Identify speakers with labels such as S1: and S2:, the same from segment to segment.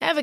S1: Ever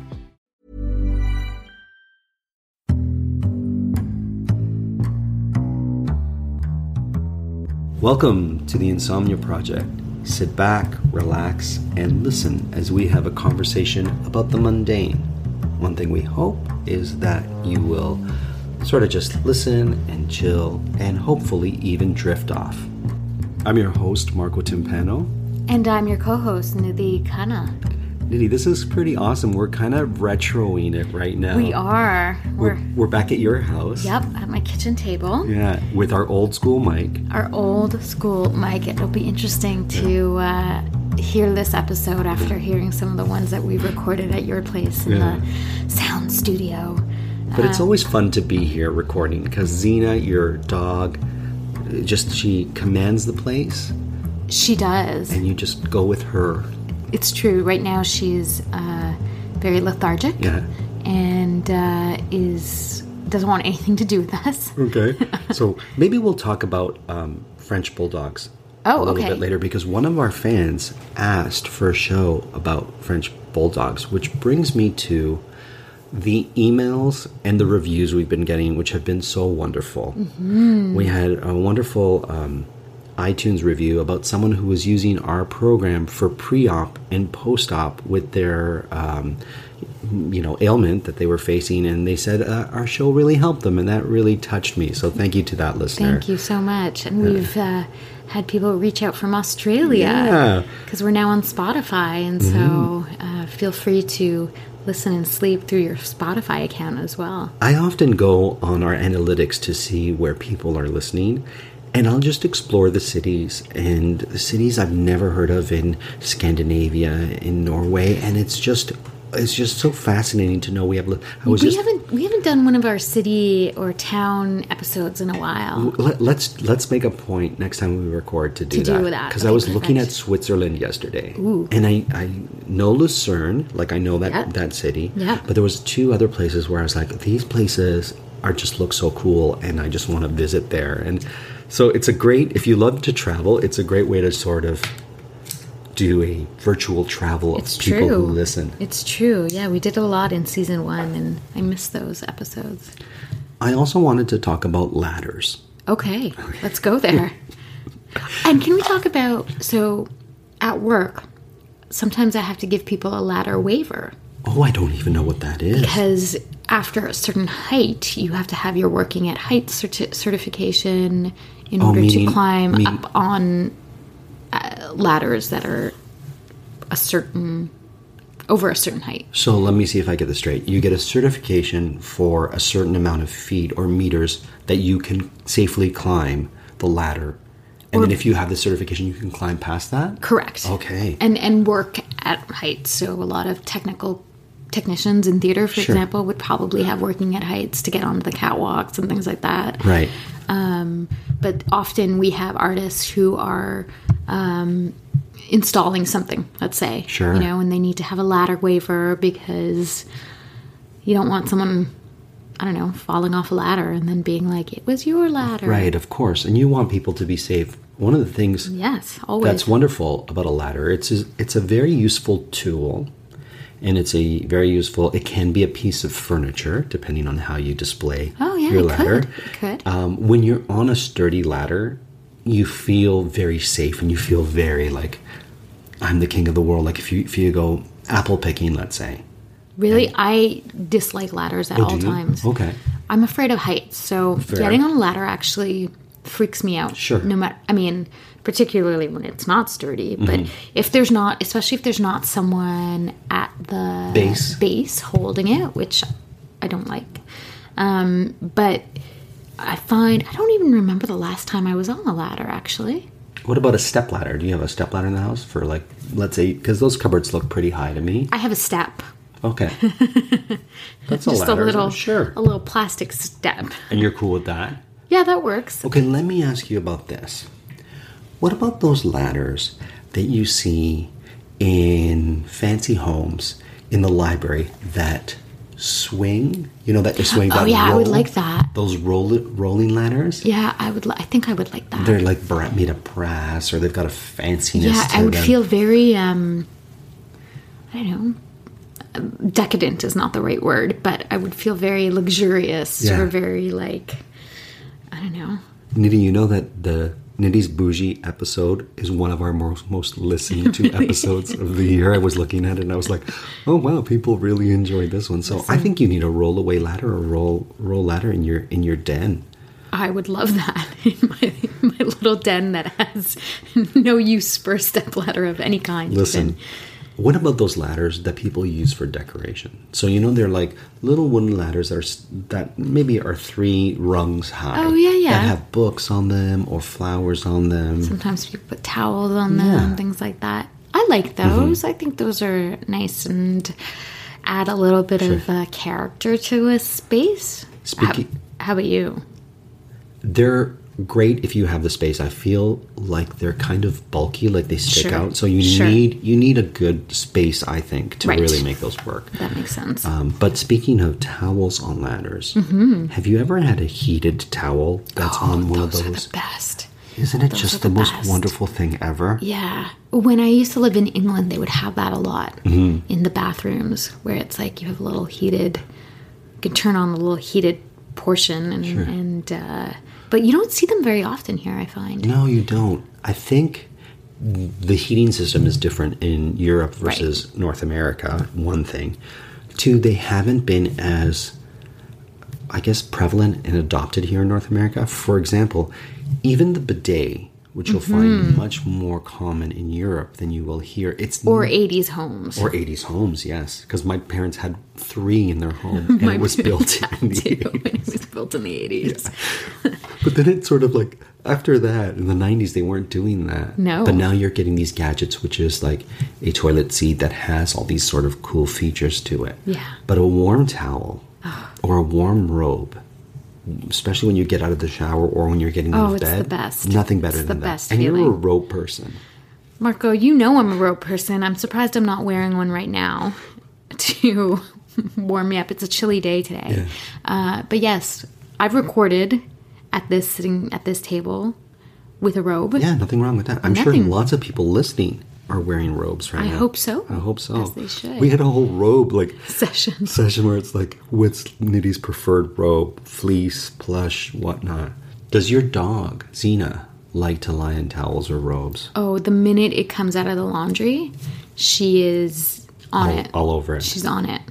S2: Welcome to the Insomnia Project. Sit back, relax, and listen as we have a conversation about the mundane. One thing we hope is that you will sort of just listen and chill and hopefully even drift off. I'm your host, Marco Timpano.
S3: And I'm your co host, Nidhi Khanna.
S2: Nitty, this is pretty awesome. We're kind of retroing it right now.
S3: We are. We're,
S2: We're, we're back at your house.
S3: yep, at my kitchen table.
S2: Yeah, with our old school mic.
S3: Our old school mic. It'll be interesting to uh, hear this episode after hearing some of the ones that we recorded at your place in
S2: Yeah.
S3: the sound studio.
S2: But
S3: Um,
S2: it's always fun to be here recording because Zena, your dog, just she commands the place,
S3: She does.
S2: and you just go with her.
S3: It's true. Right now, she's uh, very lethargic
S2: Yeah.
S3: and uh, is doesn't want anything to do with us.
S2: Okay. so maybe we'll talk about um, French bulldogs a
S3: Oh,
S2: little
S3: okay.
S2: bit later because one of our fans asked for a show about French bulldogs, which brings me to the emails and the reviews we've been getting, which have been so wonderful.
S3: Mm-hmm. Mm.
S2: We had a wonderful um, iTunes review about someone who was using our program for pre op and post op with their. Um, you know ailment that they were facing and they said uh, our show really helped them and that really touched me so thank you to that listener
S3: Thank you so much. And we've uh, had people reach out from Australia.
S2: yeah Mm-hmm.
S3: because we're now on Spotify, and so uh, feel free to listen and sleep through your Spotify account as well.
S2: I often go on our analytics to see where people are listening, and I'll just explore the cities and the cities I've never heard of in Scandinavia, in Norway, and it's just it's just so fascinating to know we have. li- I was
S3: we
S2: just
S3: haven't we haven't done one of our city or town episodes in a while.
S2: let, let's let's make a point next time we record to do
S3: To do
S2: that
S3: that.
S2: because I
S3: Okay,
S2: was looking at
S3: perfect.
S2: Switzerland yesterday, and I I know Lucerne, like I know that
S3: Yep.
S2: that city,
S3: Yep.
S2: but there was two other places where I was like, these places are just look so cool, and I just want to visit there, and so it's a great if you love to travel, it's a great way to sort of do a virtual travel of
S3: It's
S2: people who
S3: true.
S2: listen.
S3: It's true. Yeah, we did a lot in season one, and I miss those episodes.
S2: I also wanted to talk about ladders.
S3: Okay, let's go there. and can we talk about so at work? Sometimes I have to give people a ladder waiver.
S2: Oh, I don't even know what that is.
S3: because after a certain height, you have to have your working at height certi- certification in
S2: Oh,
S3: order
S2: meaning-
S3: to climb
S2: mean-
S3: up on uh, ladders that are a certain over a certain height.
S2: So let me see if I get this straight. You get a certification for a certain amount of feet or meters that you can safely climb the ladder. And then if you have the certification, you can climb past that?
S3: Correct.
S2: Okay.
S3: And and work at height. So a lot of technical technicians in theater, for
S2: Sure.
S3: example, would probably have working at heights to get onto the catwalks and things like that.
S2: right.
S3: Um, but often we have artists who are um, installing something, let's say.
S2: Sure.
S3: You know, and they need to have a ladder waiver because you don't want someone, I don't know, falling off a ladder and then being like, it was your ladder.
S2: Right, of course. And you want people to be safe. One of the things
S3: Yes, always.
S2: that's wonderful about a ladder, it's a, it's a very useful tool. And it's a very useful, it can be a piece of furniture, depending on how you display
S3: Oh, yeah,
S2: your
S3: it
S2: ladder.
S3: could. It could.
S2: um, when you're on a sturdy ladder, you feel very safe and you feel very like I'm the king of the world. Like if you if you go apple picking, let's say,
S3: Really, I dislike ladders at
S2: Oh,
S3: all
S2: do you?
S3: times.
S2: Okay.
S3: I'm afraid of heights, so getting on a ladder actually freaks me out.
S2: Sure.
S3: No matter, I mean, particularly when it's not sturdy. But
S2: Mm-hmm.
S3: if there's not, especially if there's not someone at the
S2: Base.
S3: base holding it, which I don't like. Um, but I find I don't even remember the last time I was on a ladder. Actually,
S2: What about a step ladder? Do you have a step ladder in the house for like, let's say, because those cupboards look pretty high to me.
S3: I have a step,
S2: Okay, that's a
S3: just
S2: ladder.
S3: a little,
S2: sure.
S3: a little plastic step.
S2: And you're cool with that?
S3: Yeah, that works.
S2: Okay, let me ask you about this. What about those ladders that you see in fancy homes in the library that swing? You know that they swing.
S3: Oh
S2: that
S3: yeah, I would
S2: roll?
S3: like that.
S2: Those roll, rolling ladders.
S3: Yeah, I would. Li- I think I would like that.
S2: They're like bra- made of brass, or they've got a fanciness.
S3: yeah,
S2: to
S3: I would
S2: them.
S3: feel very. um I don't know. um, Decadent is not the right word, but I would feel very luxurious
S2: Yeah.
S3: or very like. I don't know.
S2: Nitty, you know that the Nitty's Bougie episode is one of our most, most listened to episodes of the year. I was looking at it and I was like, oh wow, people really enjoyed this one. So I think you need a roll away ladder or roll roll ladder in your in your den.
S3: I would love that in my, my little den that has no use for a stepladder of any kind.
S2: Listen,
S3: even.
S2: what about those ladders that people use for decoration? So you know they're like little wooden ladders that are s- that maybe are three rungs high.
S3: Oh, yeah,
S2: That
S3: yeah.
S2: have books on them or flowers on them.
S3: Sometimes people put towels on them,
S2: Yeah. Mm-hmm.
S3: things like that. I like those. I think those are nice and add a little bit of uh, character to a space.
S2: Speaking-
S3: How, how about you?
S2: they're great if you have the space. I feel like they're kind of bulky, like they stick
S3: Sure.
S2: out. So you
S3: Sure.
S2: need you need a good space, I think, to
S3: Right.
S2: really make those work.
S3: That makes sense.
S2: Um, but speaking of towels on ladders, have you ever had a heated towel that's on one of
S3: Mm-hmm. Oh, those are
S2: those?
S3: the best.
S2: Isn't it
S3: those
S2: just
S3: are
S2: the,
S3: the
S2: most
S3: best.
S2: wonderful thing ever?
S3: Yeah. When I used to live in England, they would have that a lot
S2: Mm-hmm.
S3: in the bathrooms where it's like you have a little heated, you can turn on a little heated portion and, and uh, but you don't see them very often here, I find.
S2: No, you don't. I think the heating system is different in Europe versus North America, one thing. Two, they haven't been as, I guess, prevalent and adopted here in North America. For example, even the bidet, which you'll find much more common in Europe than you will here, it's
S3: Or 80s homes.
S2: or 80s homes, yes, because my parents had three in their home and it was built in the
S3: too when it was built in the 80s.
S2: But then it's sort of like after that in the 90s they weren't doing that.
S3: No.
S2: But now you're getting these gadgets which is like a toilet seat that has all these sort of cool features to it.
S3: Yeah. Ah.
S2: But a warm towel or a warm robe especially when you get out of the shower or when you're getting out
S3: Oh,
S2: of
S3: it's
S2: bed.
S3: the best.
S2: Nothing better
S3: It's the
S2: than that.
S3: best
S2: and you're a
S3: feeling.
S2: robe person.
S3: Marco, you know I'm a rope person. I'm surprised I'm not wearing one right now to warm me up. It's a chilly day today. Uh, but yes, I've recorded at this sitting at this table with a robe.
S2: Yeah, nothing wrong with that. I'm sure
S3: Nothing.
S2: lots of people listening are wearing robes right
S3: I
S2: now.
S3: hope so.
S2: I hope so.
S3: As they should.
S2: We had a whole robe like
S3: Session.
S2: session where it's like what's Nitty's preferred robe, fleece, plush, whatnot. Does your dog Xena like to lie in towels or robes?
S3: Oh, the minute it comes out of the laundry, she is on
S2: all,
S3: it.
S2: all over it.
S3: She's on it.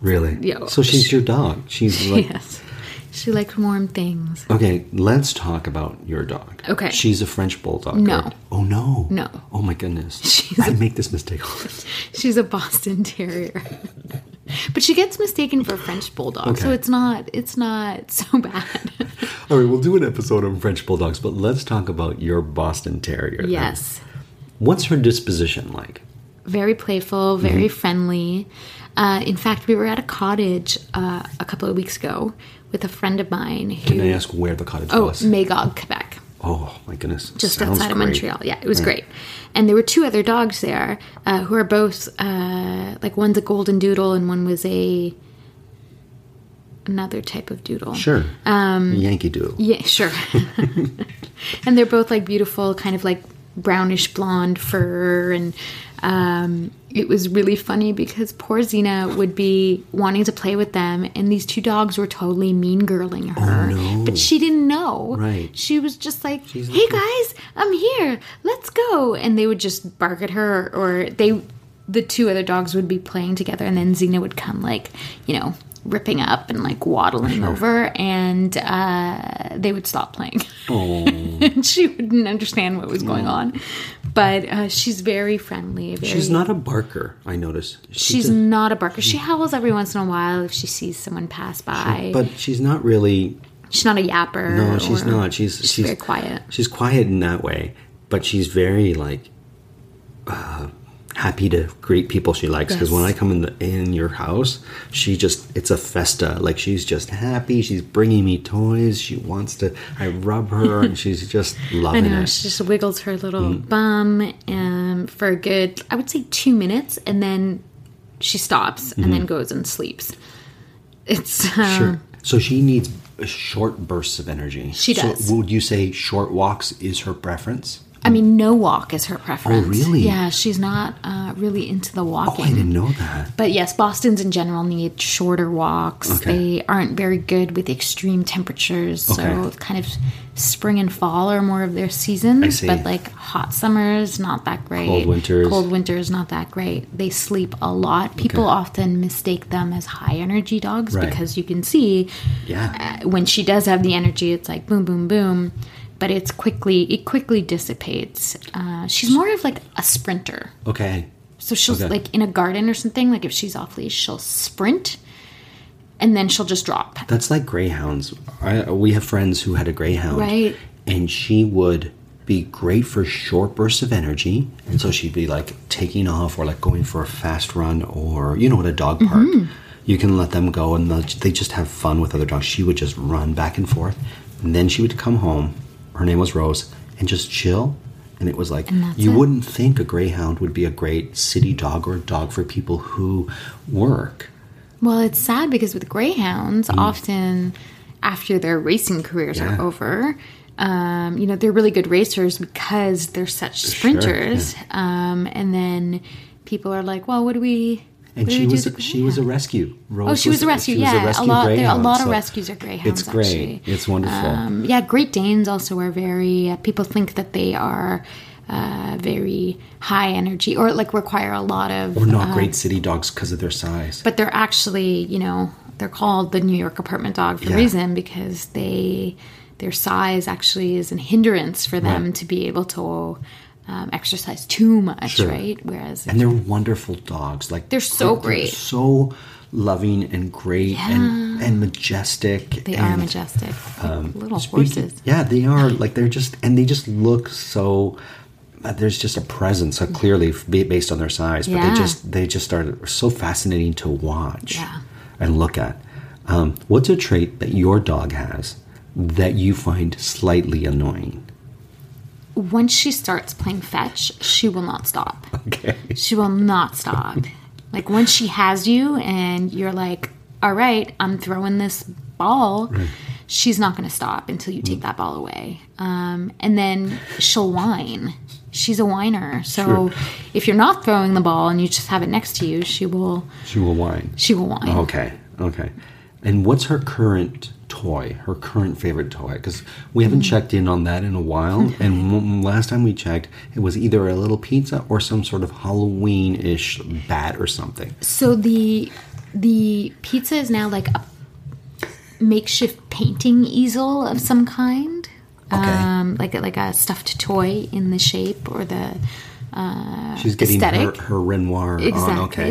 S2: really?
S3: Yeah.
S2: So she's your dog. She's like
S3: Yes. She likes warm things.
S2: Okay, let's talk about your dog.
S3: Okay.
S2: She's a French bulldog.
S3: No.
S2: correct? Oh no.
S3: No.
S2: Oh my goodness.
S3: She's
S2: I
S3: a-
S2: make this mistake all the time.
S3: She's a Boston Terrier. but she gets mistaken for a French bulldog, so
S2: Okay.
S3: it's not it's not so bad.
S2: All right, we'll do an episode on French bulldogs, but let's talk about your Boston Terrier. then.
S3: yes.
S2: What's her disposition like?
S3: Very playful,
S2: Mm-hmm.
S3: very friendly. Uh, in fact, we were at a cottage uh, a couple of weeks ago with a friend of mine who
S2: Can I ask where the cottage
S3: Oh,
S2: was?
S3: Magog, Quebec.
S2: Oh my goodness.
S3: just
S2: Sounds
S3: outside of
S2: great.
S3: Montreal. Yeah, it was great. And there were two other dogs there uh, who are both uh, like one's a golden doodle and one was a another type of doodle.
S2: Sure. Um, Yankee Doodle.
S3: Yeah, sure. and they're both like beautiful, kind of like brownish blonde fur. And um, it was really funny because poor Xena would be wanting to play with them, and these two dogs were totally mean girling her.
S2: Oh, no.
S3: But she didn't know.
S2: Right.
S3: She was just like, hey
S2: little.
S3: guys, I'm here. Let's go. And they would just bark at her, or they. the two other dogs would be playing together, and then Xena would come, like, you know, ripping up and like waddling over, and uh, they would stop playing.
S2: Oh.
S3: and she wouldn't understand what was going on. But uh, she's very friendly. Very,
S2: She's not a barker, I notice.
S3: She's
S2: a-
S3: not a barker. She howls every once in a while if she sees someone pass by.
S2: but she's not really.
S3: she's not a yapper.
S2: No, she's
S3: or-
S2: not. She's
S3: she's, very quiet.
S2: She's quiet in that way, but she's very like uh, happy to greet people she likes. Because when I
S3: Yes.
S2: come in the in your house, she just it's a festa. Like she's just happy. She's bringing me toys. She wants to. I rub her, and she's just
S3: I
S2: loving
S3: know.
S2: it.
S3: She just wiggles her little
S2: Mm.
S3: bum um, for a good, I would say, two minutes, and then she stops and then goes and sleeps. It's uh,
S2: Mm-hmm. Sure. So she needs short bursts of energy.
S3: She does.
S2: So would you say short walks is her preference?
S3: I mean, no walk is her preference.
S2: Oh, really?
S3: Yeah, she's not uh, really into the
S2: Oh,
S3: walking.
S2: I didn't know that.
S3: But yes, Boston's in general need shorter walks.
S2: Okay.
S3: They aren't very good with extreme temperatures. So
S2: Okay.
S3: kind of spring and fall are more of their seasons.
S2: I see.
S3: But like hot summers, not that great.
S2: Cold winters.
S3: Cold winters, not that great. They sleep a lot. People often mistake them as high energy dogs
S2: Right.
S3: because you can see uh,
S2: Yeah.
S3: when she does have the energy, it's like boom, boom, boom. But it's quickly, it quickly dissipates. Uh, she's more of like a sprinter.
S2: Okay.
S3: So she'll
S2: Okay.
S3: like in a garden or something. Like if she's off leash, she'll sprint, and then she'll just drop.
S2: That's like greyhounds. I, we have friends who had a greyhound.
S3: Right.
S2: And she would be great for short bursts of energy. And so she'd be like taking off or like going for a fast run or, you know, at a dog park.
S3: Mm-hmm.
S2: You can let them go and they'll- they just have fun with other dogs. She would just run back and forth. And then she would come home. Her name was Rose and just chill. And it was like, you
S3: it.
S2: wouldn't think a greyhound would be a great city dog or a dog for people who work.
S3: Well, it's sad because with greyhounds, often after their racing careers
S2: Mm. Yeah.
S3: are over, um, you know they're really good racers because they're such
S2: Sure, yeah.
S3: sprinters. Um, and then people are like, "Well, what do we?"
S2: And
S3: what do
S2: she
S3: we do
S2: was
S3: with the
S2: she was a
S3: greyhound?"
S2: rescue. Rose
S3: Oh, she was a rescue.
S2: she was
S3: yeah, a, lot. there- a
S2: greyhound,
S3: lot of
S2: so
S3: rescues are greyhounds.
S2: It's great.
S3: Actually.
S2: It's wonderful.
S3: Um, yeah, Great Danes also are very. Uh, people think that they are uh, very high energy or like require a lot of.
S2: We're not
S3: uh,
S2: great city dogs because of their size.
S3: but they're actually, you know, they're called the New York apartment dog for
S2: Yeah.
S3: a reason because they their size actually is a hindrance for them
S2: Right.
S3: to be able to um, exercise too much,
S2: Sure.
S3: right? Whereas
S2: and they're wonderful dogs. Like
S3: They're so great.
S2: so loving and great and and majestic.
S3: they are
S2: and um,
S3: majestic, like little
S2: speaking-
S3: horses.
S2: Yeah, they are. Like they're just and they just look so. uh, There's just a presence, uh, clearly f- ba- based on their size, but
S3: Yeah.
S2: they just they just are so fascinating to watch
S3: Yeah.
S2: and look at. Um, what's a trait that your dog has that you find slightly annoying?
S3: Once she starts playing fetch, she will not stop.
S2: Okay,
S3: She will not stop. like once she has you and you're like, all right, I'm throwing this ball, she's not going to stop until you take
S2: Mm.
S3: that ball away. Um, and then she'll whine. She's a whiner. So
S2: Sure.
S3: if you're not throwing the ball and you just have it next to you, she will
S2: she will whine.
S3: she will whine.
S2: Oh, Okay, okay. And what's her current toy? Her current favorite toy? Because we
S3: Mm.
S2: haven't checked in on that in a while. and w- last time we checked, it was either a little pizza or some sort of Halloween-ish bat or something.
S3: So the the pizza is now like a makeshift painting easel of some kind.
S2: Okay.
S3: Um, like a, like a stuffed toy in the shape or the
S2: She's getting her,
S3: aesthetic.
S2: her Renoir on. Okay.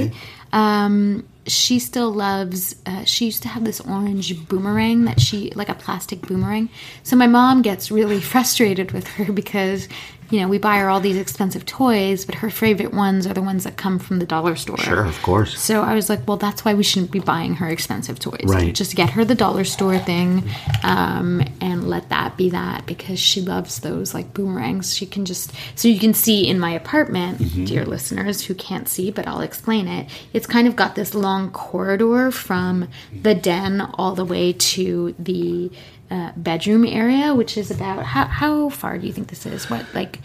S3: Exactly. Um, she still loves. Uh, she used to have this orange boomerang that she like a plastic boomerang. So my mom gets really frustrated with her because you know we buy her all these expensive toys, but her favorite ones are the ones that come from the dollar store.
S2: Sure, of course.
S3: So I was like, well, that's why we shouldn't be buying her expensive toys.
S2: Right.
S3: Just get her the dollar store thing, um, and let that be that because she loves those like boomerangs. She can just so you can see in my apartment, dear listeners who can't see, but I'll explain it. It's kind of got this long corridor from the den all the way to the uh, bedroom area, which is about how how far do you think this is? What like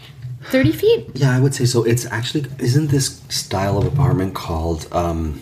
S3: thirty feet?
S2: Yeah, I would say so. It's actually isn't this style of apartment called um,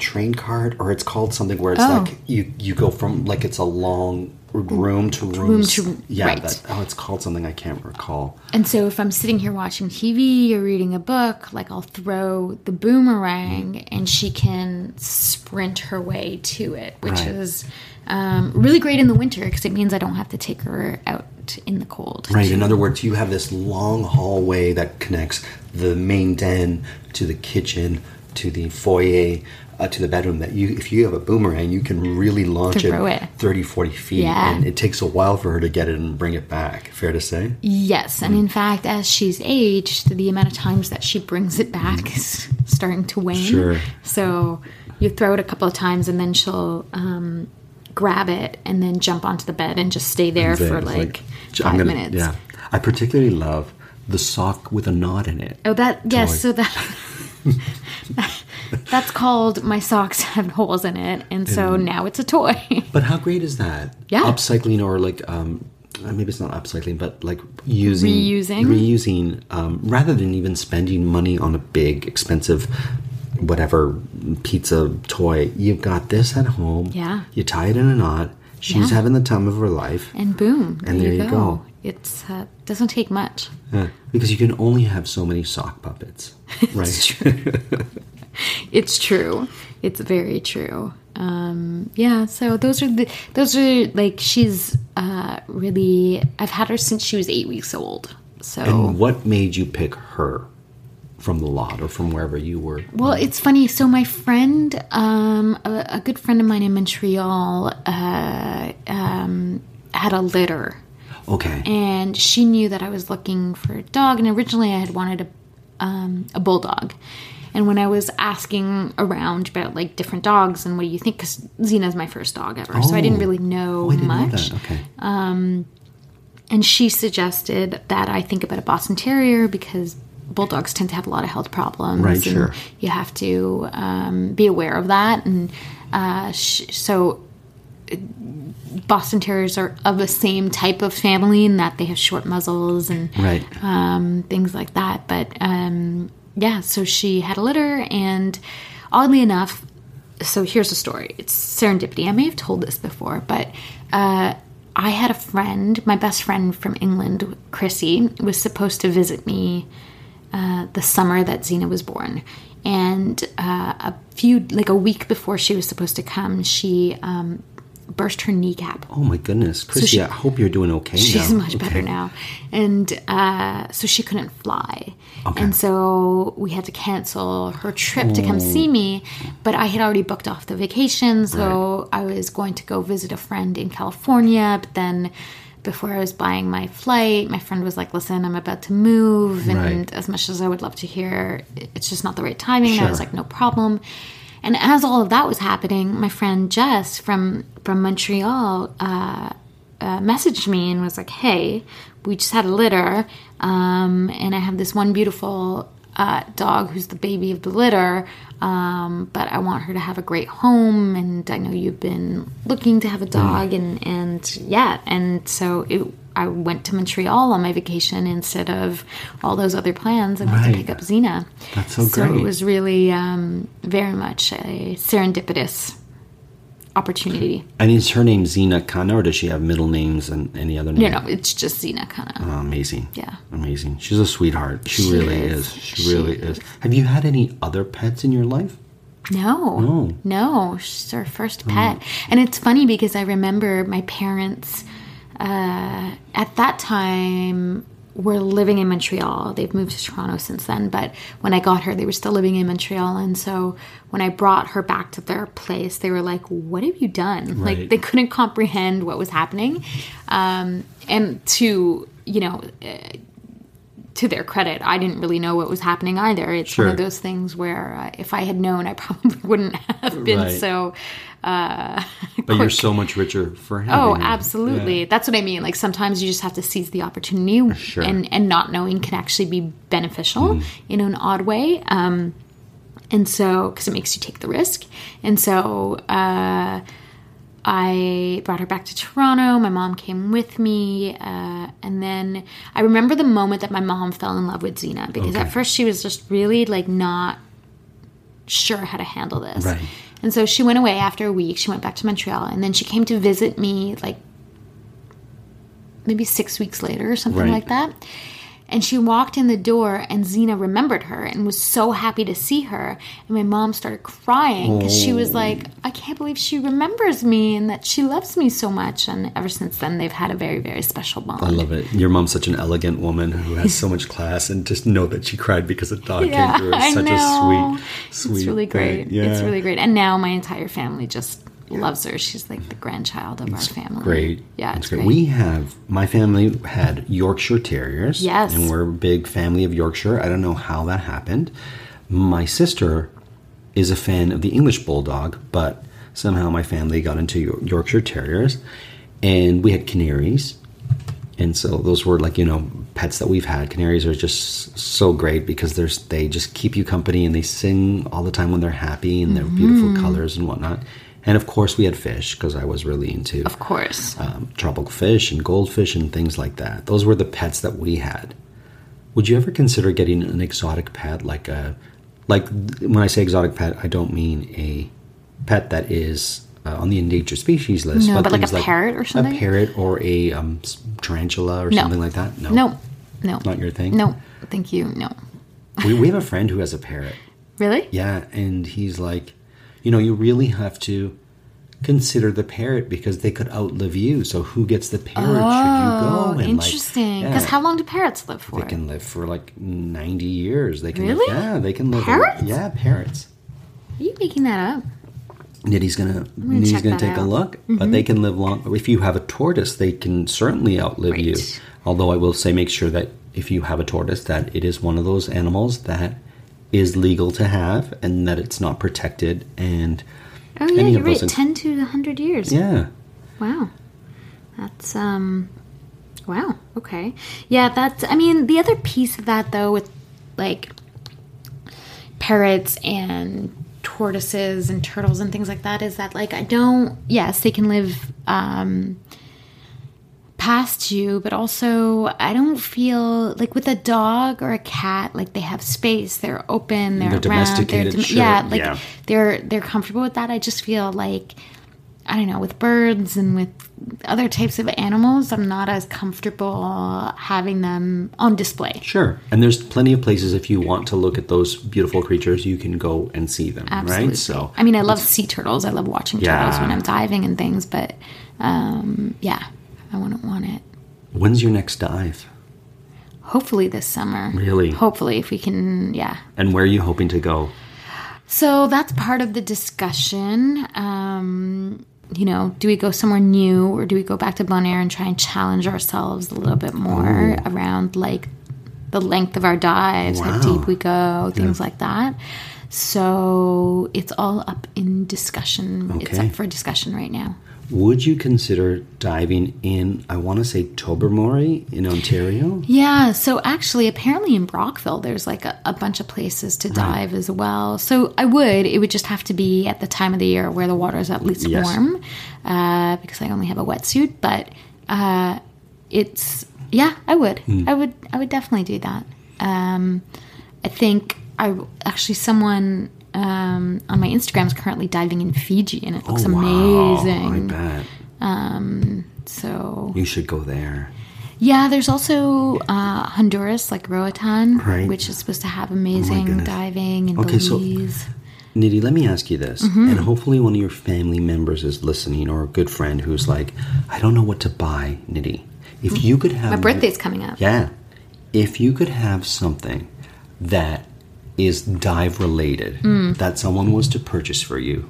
S2: train card, or it's called something where it's
S3: Oh.
S2: like you you go from like it's a long room to room.
S3: to-
S2: yeah,
S3: right.
S2: that, oh, it's called something I can't recall.
S3: And so if I'm sitting here watching TV or reading a book, like I'll throw the boomerang and she can sprint her way to it, which
S2: Right.
S3: is um, really great in the winter because it means I don't have to take her out in the cold.
S2: Right. In other words, you have this long hallway that connects the main den to the kitchen to the foyer. Uh, to the bedroom that you if you have a boomerang you can really launch
S3: Throw
S2: it,
S3: it.
S2: 30 40 feet
S3: Yeah.
S2: and it takes a while for her to get it and bring it back fair to say
S3: Yes, and in fact, as she's aged, the amount of times that she brings it back is starting to wane.
S2: Mm. Sure.
S3: So you throw it a couple of times, and then she'll um, grab it and then jump onto the bed and just stay there for
S2: It's
S3: like, 5
S2: I'm gonna-
S3: minutes.
S2: yeah i particularly love the sock with a knot in it
S3: Oh, that yes.
S2: Toy.
S3: So that that's called my socks have holes in it, and so now it's a toy.
S2: But how great is that?
S3: Yeah.
S2: upcycling or like um, uh, maybe it's not upcycling, but like using
S3: Reusing?
S2: reusing um, rather than even spending money on a big expensive whatever pizza toy. You've got this at home.
S3: Yeah.
S2: you tie it in a knot. She's
S3: Yeah.
S2: having the time of her life.
S3: and boom,
S2: And there you go.
S3: It's uh, doesn't take much.
S2: Yeah. Because you can only have so many sock puppets, right?
S3: It's true. It's very true. Um, yeah. So those are the those are like she's uh, really. I've had her since she was eight weeks old. So
S2: And what made you pick her from the lot or from wherever you were?
S3: Well, it's funny. So my friend, um, a, a good friend of mine in Montreal, uh, um, had a litter,
S2: Okay.
S3: and she knew that I was looking for a dog. And originally, I had wanted a um, a bulldog. And when I was asking around about like different dogs and what do you think, because Xena's my first dog ever, so I didn't
S2: Oh.
S3: really know
S2: Oh, I didn't know
S3: much
S2: that. Okay.
S3: and she suggested that I think about a Boston Terrier because bulldogs tend to have a lot of health problems.
S2: Right,
S3: and
S2: sure.
S3: You have to um, be aware of that, and uh, sh- so uh, Boston Terriers are of the same type of family in that they have short muzzles and
S2: right.
S3: um, things like that. But um, yeah, so she had a litter, and oddly enough, so here's a story. It's serendipity. I may have told this before, but uh, I had a friend, my best friend from England, Chrissy, was supposed to visit me uh, the summer that Xena was born. And uh, a few, like a week before she was supposed to come, she um, burst her kneecap
S2: Oh my goodness, Chrissy!
S3: she-
S2: I hope you're doing okay now.
S3: She's much
S2: Okay.
S3: better now. And uh, so she couldn't fly. And so we had to cancel her trip to come see me. But I had already booked off the vacation. So I was going to go visit a friend in California. But then before I was buying my flight, my friend was like, listen, I'm about to move. And
S2: Right.
S3: as much as I would love to hear, it's just not the right timing. And I was
S2: Sure.
S3: like, no problem. And as all of that was happening, my friend Jess from from Montreal messaged me and was like, "Hey, we just had a litter, um, and I have this one beautiful uh, dog who's the baby of the litter, um, but I want her to have a great home, and I know you've been looking to have
S2: Mm.
S3: a dog, and and yeah, and so it." I went to Montreal on my vacation instead of all those other plans and went
S2: Right.
S3: to pick up Xena.
S2: That's so
S3: So
S2: great.
S3: it was really um, very much a serendipitous opportunity.
S2: And is her name Zena Khanna, or does she have middle names and any other
S3: You
S2: name?
S3: know, it's just Xena kind of.
S2: Oh, amazing.
S3: Yeah.
S2: Amazing. She's a sweetheart. She,
S3: She
S2: really
S3: is.
S2: is. She, really is. Have you had any other pets in your life?
S3: No.
S2: No.
S3: No, she's our first pet. And it's funny because I remember my parents uh, at that time were living in Montreal. They've moved to Toronto since then, but when I got her, they were still living in Montreal. And so when I brought her back to their place, they were like, What have you done? Like,
S2: Right.
S3: they couldn't comprehend what was happening. Um, and to, you know, to their credit, I didn't really know what was happening either. It's one of
S2: Sure.
S3: those things where uh, if I had known, I probably wouldn't have been
S2: Right.
S3: so.
S2: But you're so much richer for having
S3: Oh,
S2: her.
S3: absolutely. That's what I mean. Like sometimes you just have to seize the opportunity,
S2: Sure. Mm-hmm.
S3: and and not knowing can actually be beneficial in an odd way. Um, and so because it makes you take the risk, and so uh, I brought her back to Toronto. My mom came with me. Uh, and then I remember the moment that my mom fell in love with Xena because at
S2: Okay.
S3: first she was just really like not sure how to handle this.
S2: Right.
S3: And so she went away after a week. She went back to Montreal and then she came to visit me like maybe six weeks later or something
S2: Right.
S3: like that. And she walked in the door, and Xena remembered her and was so happy to see her. And my mom started crying because she was
S2: Oh.
S3: like, I can't believe she remembers me and that she loves me so much. And ever since then, they've had a very, very special bond.
S2: I love it. Your mom's such an elegant woman who has so much class, and just know that she cried because a dog
S3: Yeah,
S2: came through is
S3: I
S2: such
S3: know.
S2: a sweet, sweet.
S3: It's really great.
S2: thing. Yeah.
S3: It's really great. And now my entire family just loves her. She's like the grandchild of our family.
S2: Great.
S3: Yeah,
S2: That's
S3: it's great.
S2: We have my family had Yorkshire Terriers.
S3: Yes.
S2: And we're a big family of Yorkshire. I don't know how that happened. My sister is a fan of the English Bulldog, but somehow my family got into Yor- Yorkshire Terriers. And we had canaries. And so those were like, you know, pets that we've had. Canaries are just so great because there's they just keep you company and they sing all the time when they're happy and they're beautiful
S3: Mm-hmm.
S2: colors and whatnot. And of course, we had fish because I was really into
S3: of course.
S2: um, tropical fish and goldfish and things like that. Those were the pets that we had. Would you ever consider getting an exotic pet, like a, like when I say exotic pet, I don't mean a pet that is uh, on the endangered species list.
S3: No, but like
S2: things
S3: a parrot or something?
S2: A parrot or a um, s- tarantula or
S3: No.
S2: something like that. No,
S3: no, no.
S2: not your thing.
S3: No, thank you. No.
S2: we, we have a friend who has a parrot.
S3: Really?
S2: Yeah, and he's like, you know, you really have to consider the parrot because they could outlive you. So who gets the parrot? should you go? Oh, And like-
S3: Oh, Interesting. Because
S2: yeah.
S3: how long do parrots live for?
S2: They can live for like ninety years. They can
S3: Really?
S2: live, yeah, they can live.
S3: Parrots?
S2: yeah, parrots.
S3: Are you making that up?
S2: Nitty's gonna Nitty's
S3: check
S2: gonna
S3: that
S2: take a
S3: out. Mm-hmm.
S2: look, but they can live long. If you have a tortoise, they can certainly outlive you.
S3: Right.
S2: Although I will say, make sure that if you have a tortoise, that it is one of those animals that is legal to have and that it's not protected. And
S3: Oh, yeah,
S2: Any
S3: you're
S2: of those
S3: right.
S2: in-
S3: 10 to 100 years.
S2: yeah,
S3: Wow. That's um wow. Okay. Yeah, that's I mean, the other piece of that though with like parrots and tortoises and turtles and things like that is that like I don't yes, they can live um past you, but also I don't feel like with a dog or a cat, like they have space, they're open, they're,
S2: They're
S3: around,
S2: domesticated,
S3: dom-
S2: sure,
S3: yeah, like
S2: yeah.
S3: they're they're comfortable with that. I just feel like I don't know with birds and with other types of animals, I'm not as comfortable having them on display.
S2: sure. And there's plenty of places if you want to look at those beautiful creatures, you can go and see them.
S3: Absolutely.
S2: Right. So
S3: I mean, I love sea turtles. I love watching turtles
S2: Yeah.
S3: when I'm diving and things, but um, yeah, I wouldn't want it.
S2: when's your next dive?
S3: Hopefully this summer.
S2: Really?
S3: Hopefully, if we can, yeah,
S2: And where are you hoping to go?
S3: So that's part of the discussion. Um, you know, do we go somewhere new or do we go back to Bon Air and try and challenge ourselves a little bit more around like the length of our dives, how
S2: Wow.
S3: deep we go, things like that. So it's all up in discussion. It's
S2: Okay.
S3: up for discussion right now.
S2: Would you consider diving in, I want to say Tobermory in Ontario?
S3: Yeah, so actually, apparently in Brockville, there's like a, a bunch of places to dive as well. So I would. It would just have to be at the time of the year where the water is at least
S2: Yes.
S3: warm, uh, because I only have a wetsuit. But uh, it's yeah, I would.
S2: Hmm.
S3: I would. I would definitely do that. Um, I think I actually someone um, on my Instagram is currently diving in Fiji, and it looks
S2: Oh, I
S3: amazing.
S2: bet.
S3: So
S2: You should go there.
S3: yeah, there's also uh, Honduras, like Roatan,
S2: Right. Oh
S3: which is supposed to have amazing
S2: goodness.
S3: diving and
S2: Okay, so-
S3: Belize.
S2: Nitty, let me ask you this.
S3: Mm-hmm.
S2: And hopefully, one of your family members is listening or a good friend who's like, I don't know what to buy, Nitty. If you could have.
S3: Mm-hmm. My birthday's coming up.
S2: Yeah. If you could have something that is dive related
S3: Hmm.
S2: that someone was to purchase for you,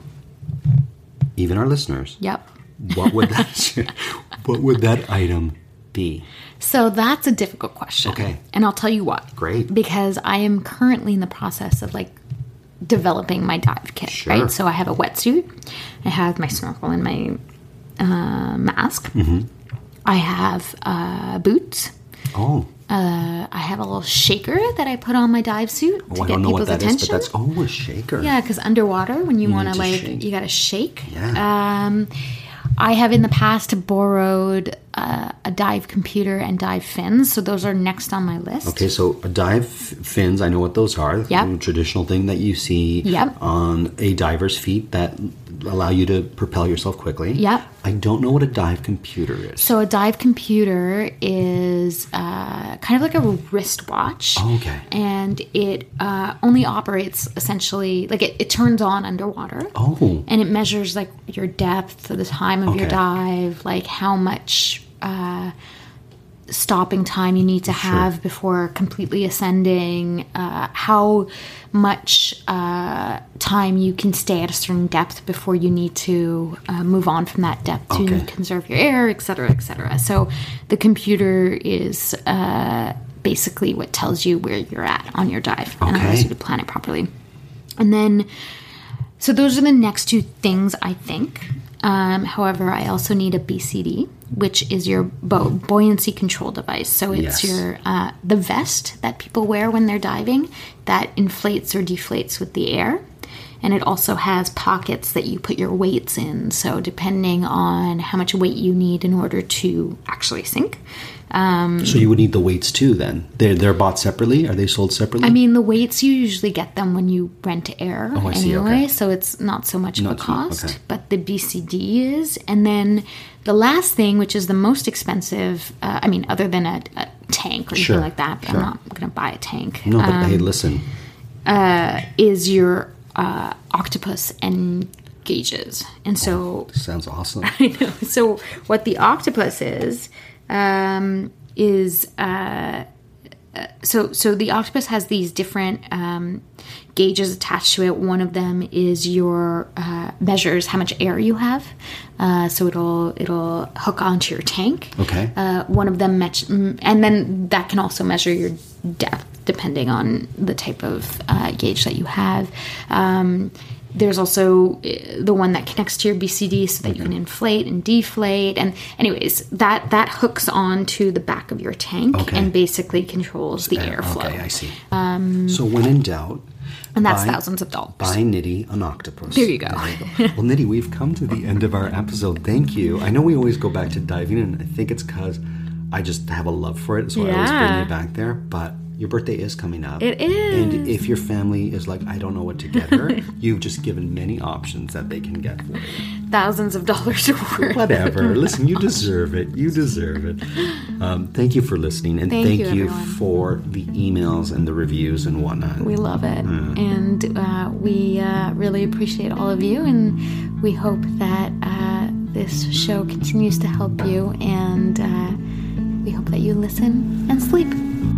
S2: even our listeners,
S3: Yep.
S2: what would that what would that item be?
S3: So that's a difficult question.
S2: Okay.
S3: And I'll tell you why.
S2: Great.
S3: Because I am currently in the process of like developing my dive kit,
S2: Sure.
S3: right? So I have a wetsuit, I have my snorkel and my uh, mask,
S2: Mm-hmm.
S3: I have uh, boots.
S2: Oh,
S3: I have a little shaker that I put on my dive suit to
S2: oh I
S3: get
S2: don't know
S3: people's
S2: what that is,
S3: attention.
S2: but that's oh a shaker.
S3: Yeah, because underwater, when you, want to
S2: to
S3: like,
S2: shake.
S3: you got to shake.
S2: Yeah.
S3: Um, I have in the past borrowed a, a dive computer and dive fins. So those are next on my list.
S2: Okay, so a dive fins, I know what those are.
S3: Yep.
S2: The Traditional thing that you see
S3: Yep.
S2: on a diver's feet that allow you to propel yourself quickly.
S3: Yep.
S2: I don't know what a dive computer is.
S3: So a dive computer is uh, kind of like a wristwatch.
S2: Oh, Okay.
S3: And it uh, only operates essentially like it, it turns on underwater.
S2: oh,
S3: And it measures like your depth, the time of your
S2: Okay.
S3: dive, like how much uh, stopping time you need to have before completely ascending, uh, how much uh, time you can stay at a certain depth before you need to uh, move on from that depth
S2: Okay.
S3: to conserve your air, et cetera, et cetera. So the computer is uh, basically what tells you where you're at on your dive and
S2: Okay.
S3: allows you to plan it properly. And then, so those are the next two things I think. Um, however, I also need a BCD, which is your bo- buoyancy control device. So
S2: Yes.
S3: it's your uh, the vest that people wear when they're diving that inflates or deflates with the air. And it also has pockets that you put your weights in. So depending on how much weight you need in order to actually sink,
S2: so you would need the weights too then. They're, they're bought separately? Are they sold separately?
S3: I mean, the weights you usually get them when you rent air
S2: Oh, I
S3: anyway,
S2: see, okay.
S3: so it's not so much
S2: Not
S3: of a
S2: so-
S3: cost,
S2: okay.
S3: but the BCD is. And then the last thing, which is the most expensive, uh, I mean, other than a, a tank or
S2: Sure,
S3: something like that, but
S2: sure.
S3: I'm not going to buy a tank, uh,
S2: no, but hey, listen.
S3: is your uh, octopus and gauges. And
S2: Oh,
S3: so
S2: Sounds awesome.
S3: so what the octopus is um, is uh, uh, so so the octopus has these different um, gauges attached to it. One of them is your uh, measures how much air you have, uh, so it'll it'll hook onto your tank.
S2: Okay.
S3: Uh, one of them, met- mm, and then that can also measure your depth depending on the type of uh, gauge that you have. Um, there's also uh, the one that connects to your BCD so that you can inflate and deflate. And anyways, that that hooks on to the back of your tank
S2: Okay.
S3: and basically controls the airflow.
S2: Uh,
S3: Um,
S2: okay, I see. so when in doubt,
S3: and that's
S2: buy-
S3: thousands of dollars.
S2: Buy Nitty an octopus.
S3: There you go.
S2: well, Nitty, we've come to the end of our episode. Thank you. I know we always go back to diving, and I think it's because I just have a love for it, so I always bring
S3: Yeah.
S2: you back there. But your birthday is coming up.
S3: It is.
S2: And if your family is like, I don't know what to get her, you've just given many options that they can get for you.
S3: thousands of dollars worth.
S2: Whatever. Listen, you deserve it. You deserve it. Um, thank you for listening, and
S3: Thank
S2: thank,
S3: you,
S2: you,
S3: everyone.
S2: for the emails and the reviews and whatnot.
S3: We love it. And uh, we uh, really appreciate all of you. And we hope that uh, this show continues to help you. And uh, we hope that you listen and sleep.